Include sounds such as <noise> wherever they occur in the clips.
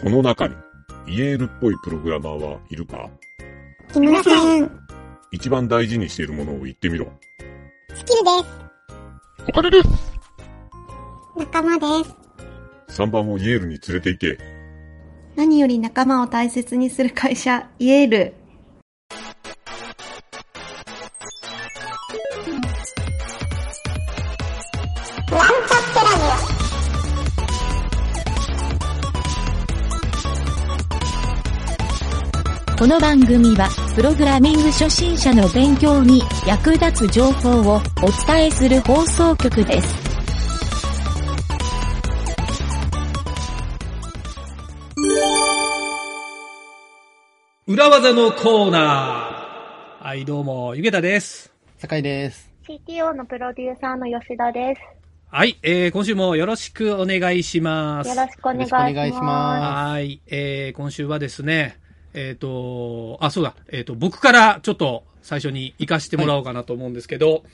この中に、イエールっぽいプログラマーはいるか木村さん、一番大事にしているものを言ってみろ。スキルです。お金です。仲間です。 3番をイエールに連れて行け。何より仲間を大切にする会社、イエール。この番組は、プログラミング初心者の勉強に役立つ情報をお伝えする放送局です。裏技のコーナー。はい、どうも、ゆげたです。酒井です。 CTO のプロデューサーの吉田です。はい、えー、今週もよろしくお願いします。よろしくお願いします。よろしくお願いしまはい、えー、今週はですね、えっ、と、あ、そうだ、えっ、と、僕からちょっと最初に行かしてもらおうかなと思うんですけど、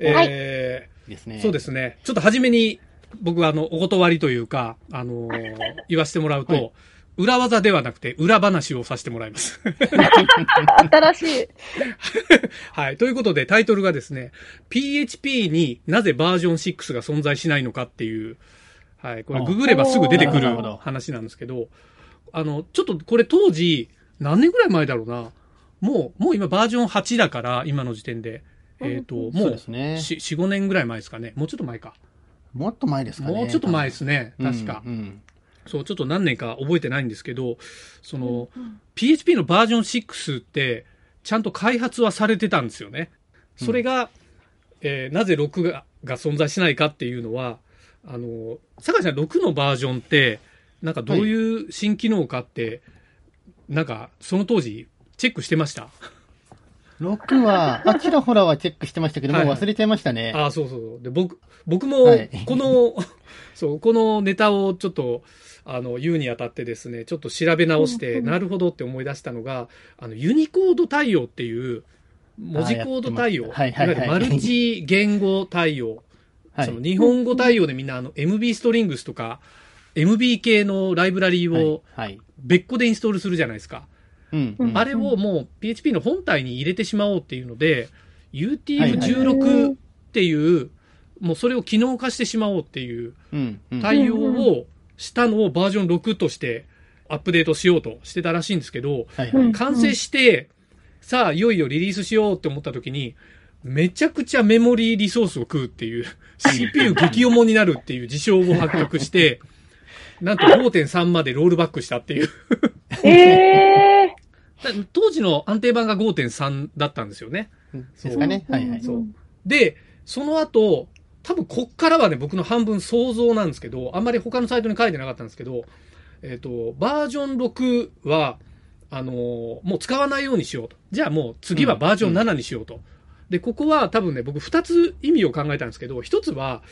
えですーね。。そうですすね、ちょっと初めに僕はあの、お断りというか、あの <laughs> ー言わせてもらうと、はい裏技ではなくて裏話をさせてもらい <laughs> ます。新しい。 <laughs> はい。ということで、タイトルがですね、PHP になぜバージョン6が存在しないのかっていう、はい。これ、あググればすぐ出てくなるるほど話なんですけど、あの、ちょっとこれ当時、何年ぐらい前だろうな。もう、もう今バージョン8だから、今の時点で。えっ、と、もそううです、ね。し4、5年ぐらい前ですかね。もうちょっと前か。もっと前ですかね。もうちょっと前ですね。うん確か。うん。そう、ちょっと何年か覚えてないんですけど、その、PHP のバージョン6って、ちゃんと開発はされてたんですよね。それが、えーなぜ6がが存在しないかっていうのは、あの、坂井さん6のバージョンって、なんかどういう新機能かって、なんかその当時チェックしてました6は、あ、ちらほらはチェックしてましたけど、もうはいはい忘れちゃいましたね。ああ、そうそうそう。で、僕、僕もはい、この、 <laughs> そう、このネタをちょっと、あの、言うにあたってですね、ちょっと調べ直して、なるほどって思い出したのが、あの、ユニコード対応っていう、文字コード対応、あーやってましたはいはいはいわゆるマルチ言語対応、はそのい。日本語対応でみんな、あの、MB ストリングスとか、MB 系のライブラリはーいを。はい。別個でインストールするじゃないですか。うん。うんあれをもう PHP の本体に入れてしまおうっていうので、はいはい UTF16 っていう、もうそれを機能化してしまおうっていううん。うん。対応をしたのをバージョン6としてアップデートしようとしてたらしいんですけど、はい。うん完成して、さあ、いよいよリリースしようって思った時に、めちゃくちゃメモリーリソースを食うっていう、CPU 激重になるっていう事象を発覚して、なんと5.3までロールバックしたっていう。えだ当時の安定版が5.3だったんですよね。ですかね。はいはい。そう。で、その後、多分こっからはね、僕の半分想像なんですけど、あんまり他のサイトに書いてなかったんですけど、えっ、と、バージョン6は、あのーもう使わないようにしようと。じゃあもう次はバージョン7にしようと。で、ここは多分ね、僕2つ意味を考えたんですけど、1つは、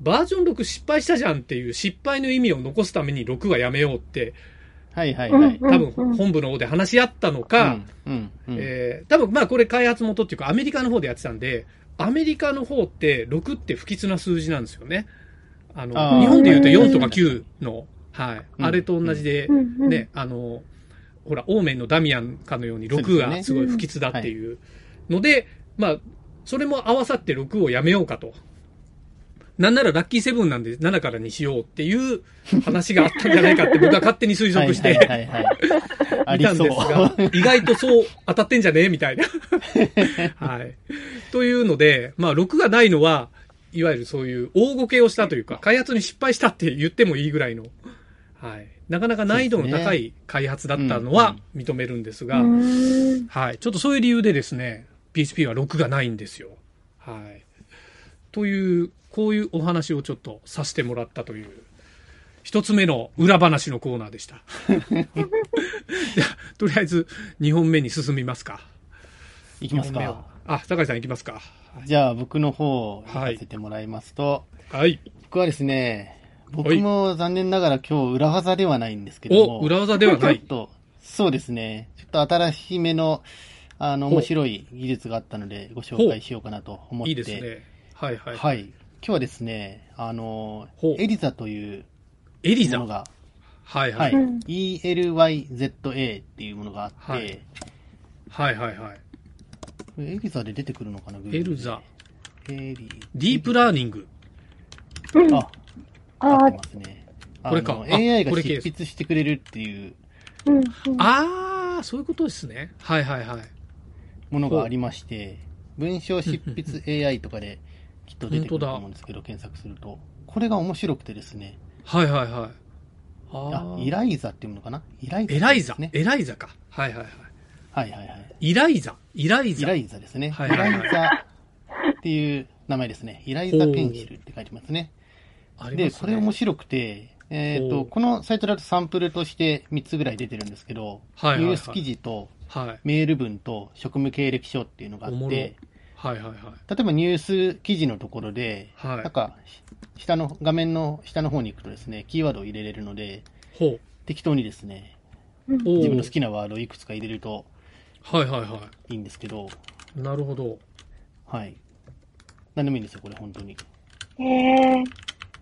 バージョン6失敗したじゃんっていう失敗の意味を残すために6はやめようって、はいはいはい。多分本部の方で話し合ったのか、うん。うん。うんえー多分まあこれ開発元っていうかアメリカの方でやってたんで、アメリカの方って6って不吉な数字なんですよね。あの、あー日本で言うと4とか9の、はい、うんあれと同じで、ー。ね、あの、ほら、オーメンのダミアンかのように6がすごい不吉だっていうので、まあ、それも合わさって6をやめようかと。なんならラッキーセブンなんで7からにしようっていう話があったんじゃないかって僕は勝手に推測して、はいはいはいはい。 <laughs> あいりたんそですがう。、 <laughs> 意外とそう当たってんじゃねえみたいな。はい。というので、まあ、6がないのは、いわゆるそういう大ごけをしたというか、開発に失敗したって言ってもいいぐらいの、はい。なかなか難易度の高い開発だったのは認めるんですが、はい。ちょっとそういう理由でですね、PHP は6がないんですよ。はい。という、こういうお話をちょっとさせてもらったという、一つ目の裏話のコーナーで <laughs> した。じゃあとりあえず、2本目に進みますか。いきます二本目かは。あ、坂井さんいきますか。じゃあ、僕の方、行かせてもらいますと、はい。僕はですね、僕も残念ながら今日裏技ではないんですけども。お、裏技ではなちょいっ。と、そうですね。ちょっと新しめの、あの、ほう面白い技術があったので、ご紹介しようかなと思って。いいですね。はいはい。はい。今日はですね、あのほう、エリザというエリもザの。が、はいは。はいはい。い ELYZA っていうものがあって、はいはいはいはいこれエルザで出てくるのかな、Google でエルザ、エリディープラーニング。うん。ああ、あ合ーって、ますね。これかあのあ AI がこれ執筆してくれるっていううん。うんあー、そういうことですね。はいはいはい。ものがありまして、文章執筆 AI とかできっと出てくると思うんですけど、検索すると。これが面白くてですね。はいはいはい。ああ、ーイライザっていうのかなイライザ、エライザ、ね。エライザか。はいはいはい。はいはいはい。イライザ、イライイザ。ライザですね。はいはいはいイライザっていう名前ですね。イライザペンシルって書いてますね。ありで、ますこねれ面白くて、えっ、おと、うこのサイトだとサンプルとして3つぐらい出てるんですけど、はいはいはいニュース記事とはい。メール文と職務経歴書っていうのがあおっもろて、はいはいはい。例えばニュース記事のところで、はいなんか、し下の、画面の下の方に行くとですね、キーワードを入れれるので、ほう。適当にですね、おー自分の好きなワードをいくつか入れるとはいはいはいいんですけど、い。なるほど。はい。何でもいいんですよ、これ本当に。ええ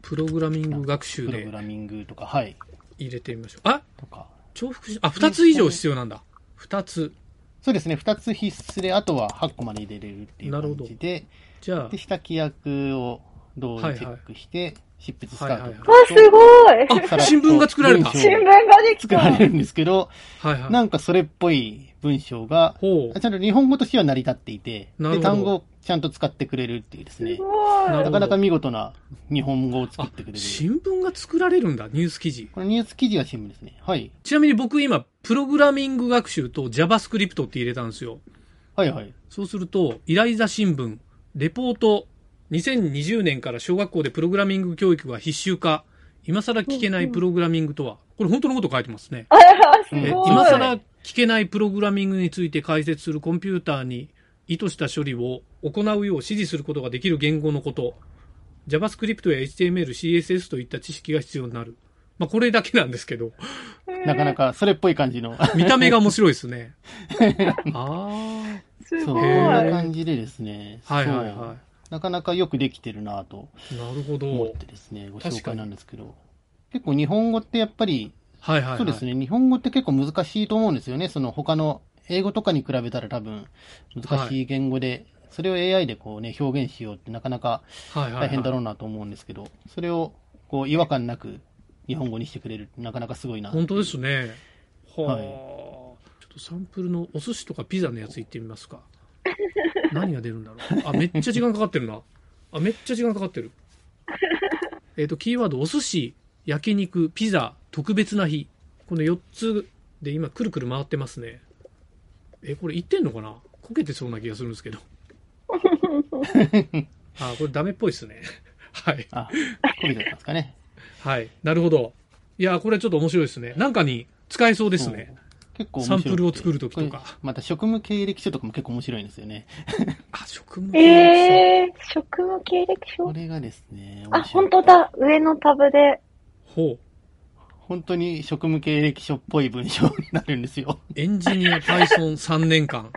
プログラミング学習プロでグラミングとか、はい、入れてみましょう。あとか。重複し、あ、二つ以上必要なんだ。二つ。そうですね、2つ必須で、あとは8個まで入れれるっていうなるほ感どじで、じゃあで、、下規約をどうチェックして、執筆スタートー。わ、すごい。あ、新聞が作られた。文章新聞ができ作らた。れるんですけど、はいは。ないんかそれっぽい文章が、ほう。ちゃんと日本語としては成り立っていて、なるで、ほど単語をちゃんと使ってくれるっていうですねす、ごい。なるなほかどなか見事な日本語を作あってくれ、る。新聞が作られるんだ、ニュース記事。このニュース記事は新聞ですね。はい。ちなみに僕今、プログラミング学習と JavaScript って入れたんですよ。はいはい。そうすると、イライザ新聞、レポート、2020年から小学校でプログラミング教育が必修化、今更聞けないプログラミングとは、これ本当のこと書いてますね。あら、すうんえごい。今更聞けないプログラミングについて解説するコンピューターに意図した処理を行うよう指示することができる言語のこと、JavaScript や HTML、CSS といった知識が必要になる。まあ、これだけなんですけど、 <laughs> なかなかそれっぽい感じの、見た目が面白いですね。 <laughs> あすそごい。う、こんへなー感じでですね、あ、はいはいそはうなかなかよくできてるなぁとい。なるほ思っど。てですね、ご確紹かに介なんですけど、結構日本語ってやっぱり、はいはい、はい。そうですね、日本語って結構難しいと思うんですよね、その他の英語とかに比べたら多分難しい言語で、それを AI でこうね、表現しようってなかなかはいはいはい、大変だろうなと思うんですけど、それをこう違和感なく日本語にしてくれるってなかなかすごいな。本当ですね。はあ、はいちょっとサンプルのお寿司とかピザのやつ行ってみますか。 <laughs> 何が出るんだろう。あ、めっちゃ時間かかってるな。あ、めっちゃ時間かかってる。 <laughs> えっ、と、キーワード、お寿司、焼肉、ピザ、特別な日。この4つで今、くるくる回ってますね。え、これ行ってんのかなこけてそうな気がするんです <laughs> けど。あ、これダメっぽいですね。 <laughs> はい。あ、これだったんですかね。はい。なるほど。いや、これちょっと面白いですね。なんかに使えそうですね。結構面サ白ンプくてルを作るときとかこれまた職務経歴書とかも結構面白いんですよね。あ、職務えええ職務経歴こ書れがですね、あ、面白い本当。だ。上のタブで。ほう。本当に職務経歴書っぽい文章になるんですよ。エンジニア <laughs> Python3 年間。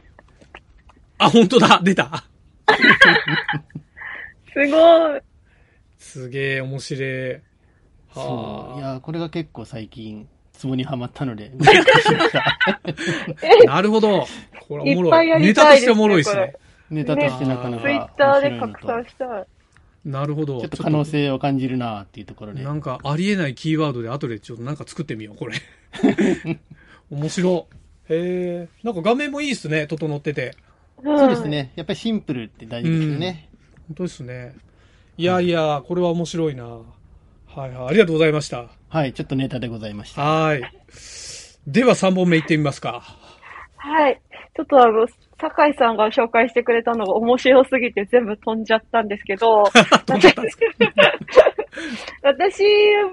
あ、本当だ出たすごい。すげえ、面白い。そう。いはやー、これが結構最近、ツボにはまった <laughs> ので、ご紹介しました。あ。なるほど。これおもいっぱろいい。やネりタたといですねしておもろいですね。ネタとしてなかなツイか面白いッターでの拡と散したい。なるほど。ちょっと可能性を感じるなーっていうところで。なんかありえないキーワードで後でちょっとなんか作ってみよう、これ。 <laughs> 面白。へえ。なんか画面もいいですね、整ってて。そそうです。ね。やっぱりシンプルって大事ですよね。本当ですね。いやいや、これは面白いな。はいはい。ありがとうございました。はい、ちょっとネタでございました。はい。では3本目いってみますか。はい。ちょっとあの、酒井さんが紹介してくれたのが面白すぎて全部飛んじゃったんですけど、 <laughs> 飛んじゃったんです <laughs> 私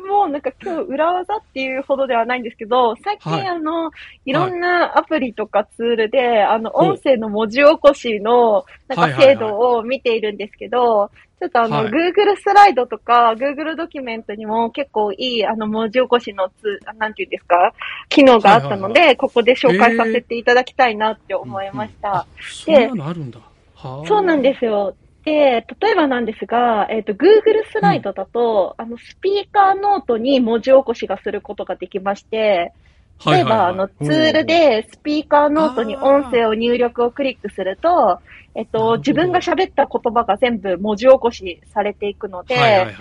もなんか今日裏技っていうほどではないんですけど、最近、はいあの、いろんなアプリとかツールで、あの、音声の文字起こしの、なんか精度を見ているんですけど、ちょっとあの、はい Google スライドとか、Google ドキュメントにも結構いい、あの、文字起こしのツー、なんていうんですか、機能があったので、ここで紹介させていただきたいなって思いました。そんなのあるんだ。はあ。そうなんですよ。で、例えばなんですが、えっ、と、Google スライドだと、あの、スピーカーノートに文字起こしがすることができまして、は例いえば、はあいはの、ツールで、スピーカーノートにあー音声を入力をクリックすると、えっなるほどと、自分が喋った言葉が全部文字起こしされていくのい。で、はいはいはい。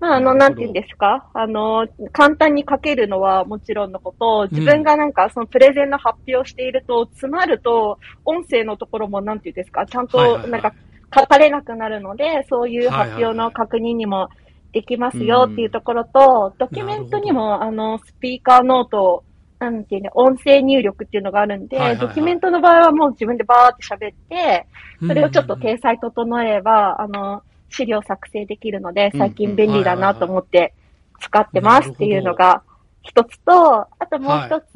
まあ、あの、なるほどなんて言うんですかあの、簡単に書けるのはもちろんのこと、自分がなんか、そのプレゼンの発表していると、詰まると、音声のところもなんて言うんですかちゃんはいはいはと、いなんか、書かれなくなるので、そういう発表の確認にもできますよっていうところと、ドキュメントにも、あの、スピーカーノート、なんていうね、音声入力っていうのがあるんで、はいはいはいドキュメントの場合はもう自分でバーって喋って、それをちょっとうんうんうん体裁整えれば、あの、資料作成できるので、最近便利だなと思って使ってますっていうのが一つと、あともう一つ、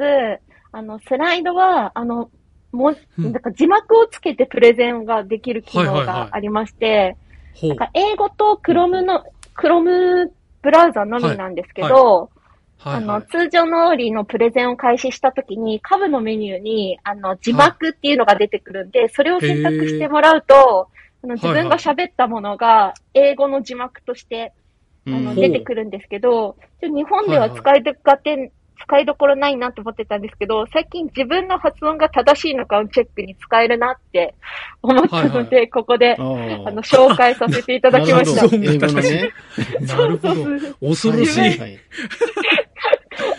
あの、スライドは、あの、もううんなんか字幕をつけてプレゼンができる機は能いはいはいがありまして、ほうなん。か英語と Chrome の、Chrome ブラウザのみなんですけはいど、はあいはの、い。通常のりのプレゼンを開始したときに、下部のメニューに、あの、字幕っていうのが出てくるんで、それを選択してもらうと、あの、自分が喋ったものが、英語の字幕として、あうんの、ほう出てくるんですけど、ちょ日本では使いどかて、使いどころないなと思ってたんですけど、最近自分の発音が正しいのかをチェックに使えるなって思ったので、ここで、あの、紹介させていただきましなたるほ。ど英語のね。 <laughs> <laughs> なるほど。恐ろしはいい。はい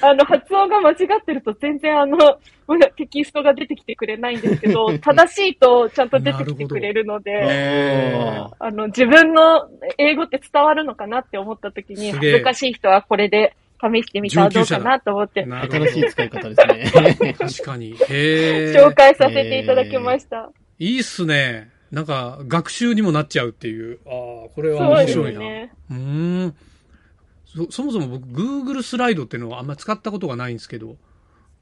あの、発音が間違ってると全然あの、まだテキストが出てきてくれないんですけ <laughs> ど、正しいとちゃんと出てきてくれるので、えはあの、自分の英語って伝わるのかなって思った時に、すげえ恥ずかしい人はこれで試してみたらどうかなと思ってー、、なあ。るほど新。しい使い方です <laughs> ね。確かに。へえ。紹介させていただきました。いいっすね。なんか、学習にもなっちゃうっていう。ああ、これはそう面です白いな。ね。うーん。そ、そもそも僕、Google スライドっていうのはあんまり使ったことがないんですけど。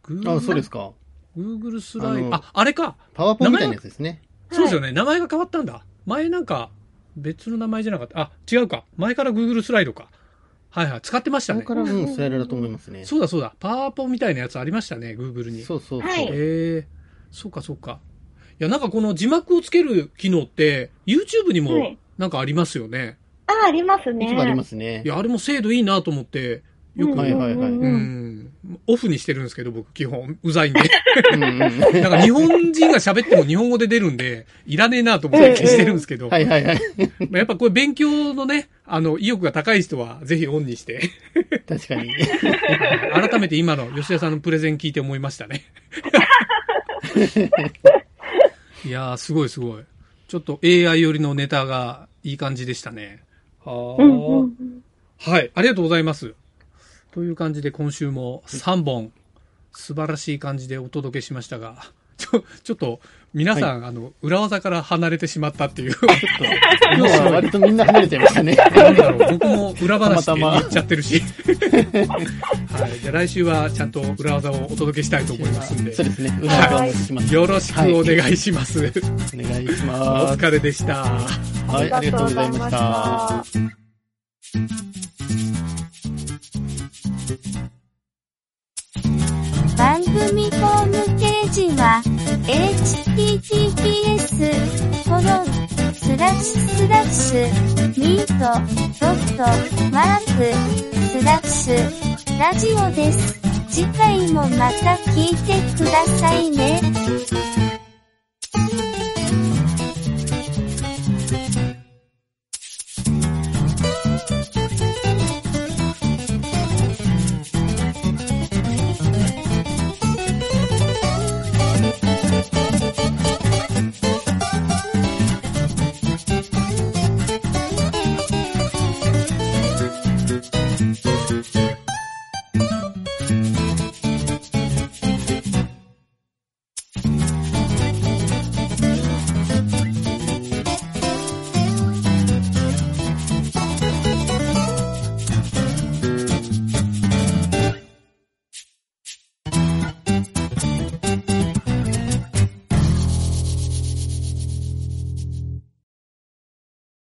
Google あ、そうですか。 Google スライあド。のあ、あれか。パワポみたいなやつですね。そうですよね。名前が変わったんだ。前なんか、別の名前じゃなかった。あ、違うか。前から Google スライドか。はいはい。使ってましそたれね。から、うん、スライドだと思いますね。そうだそうだ。パワーポみたいなやつありましたね。Google に。そうそうそう。はいへえそうかそうか。いや、なんかこの字幕をつける機能って、YouTube にはもいなんかありますよね。あ、ありますいつもありまね。すねい、。や、あれも精度いいなと思って、よく、うんはいはいはいうんううんん、オフにしてるんですけど、僕基本、うざいん <laughs> で。うんうんなんか日本人が喋っても日本語で出るんで、いらねえなと思って消してるんですけど、はいはいはい。やっぱこれ勉強のね、あの、意欲が高い人はぜひオンにして、確かに。改めて今の吉田さんのプレゼン聞いて思いまし <laughs> たね。いやー、すごいすごい。ちょっと AI 寄りのネタがいい感じでしたね。はあ、うんうんはい、ありがとうございます。という感じで今週も3本、素晴らしい感じでお届けしましたが、 <laughs> ちょ、ちょっと皆さん、あの、裏技から離れてしまった <laughs> っていう。今日は割とみんな離れちゃいましたね。なんだろう僕も裏話でたまたま言っちゃってるし。 <laughs> はい。じゃあ来週はちゃんと裏技をお届けしたいと思いますんで <laughs> そ。うですね。裏側お願いします。よろしくお願いします。お願いしおます。疲れでした。はい、ありがとうございました。。番組ホームページは https コロンスラッシュスラッシュミートドットマークスラッシュラジオです。次回もまた聞いてくださいね。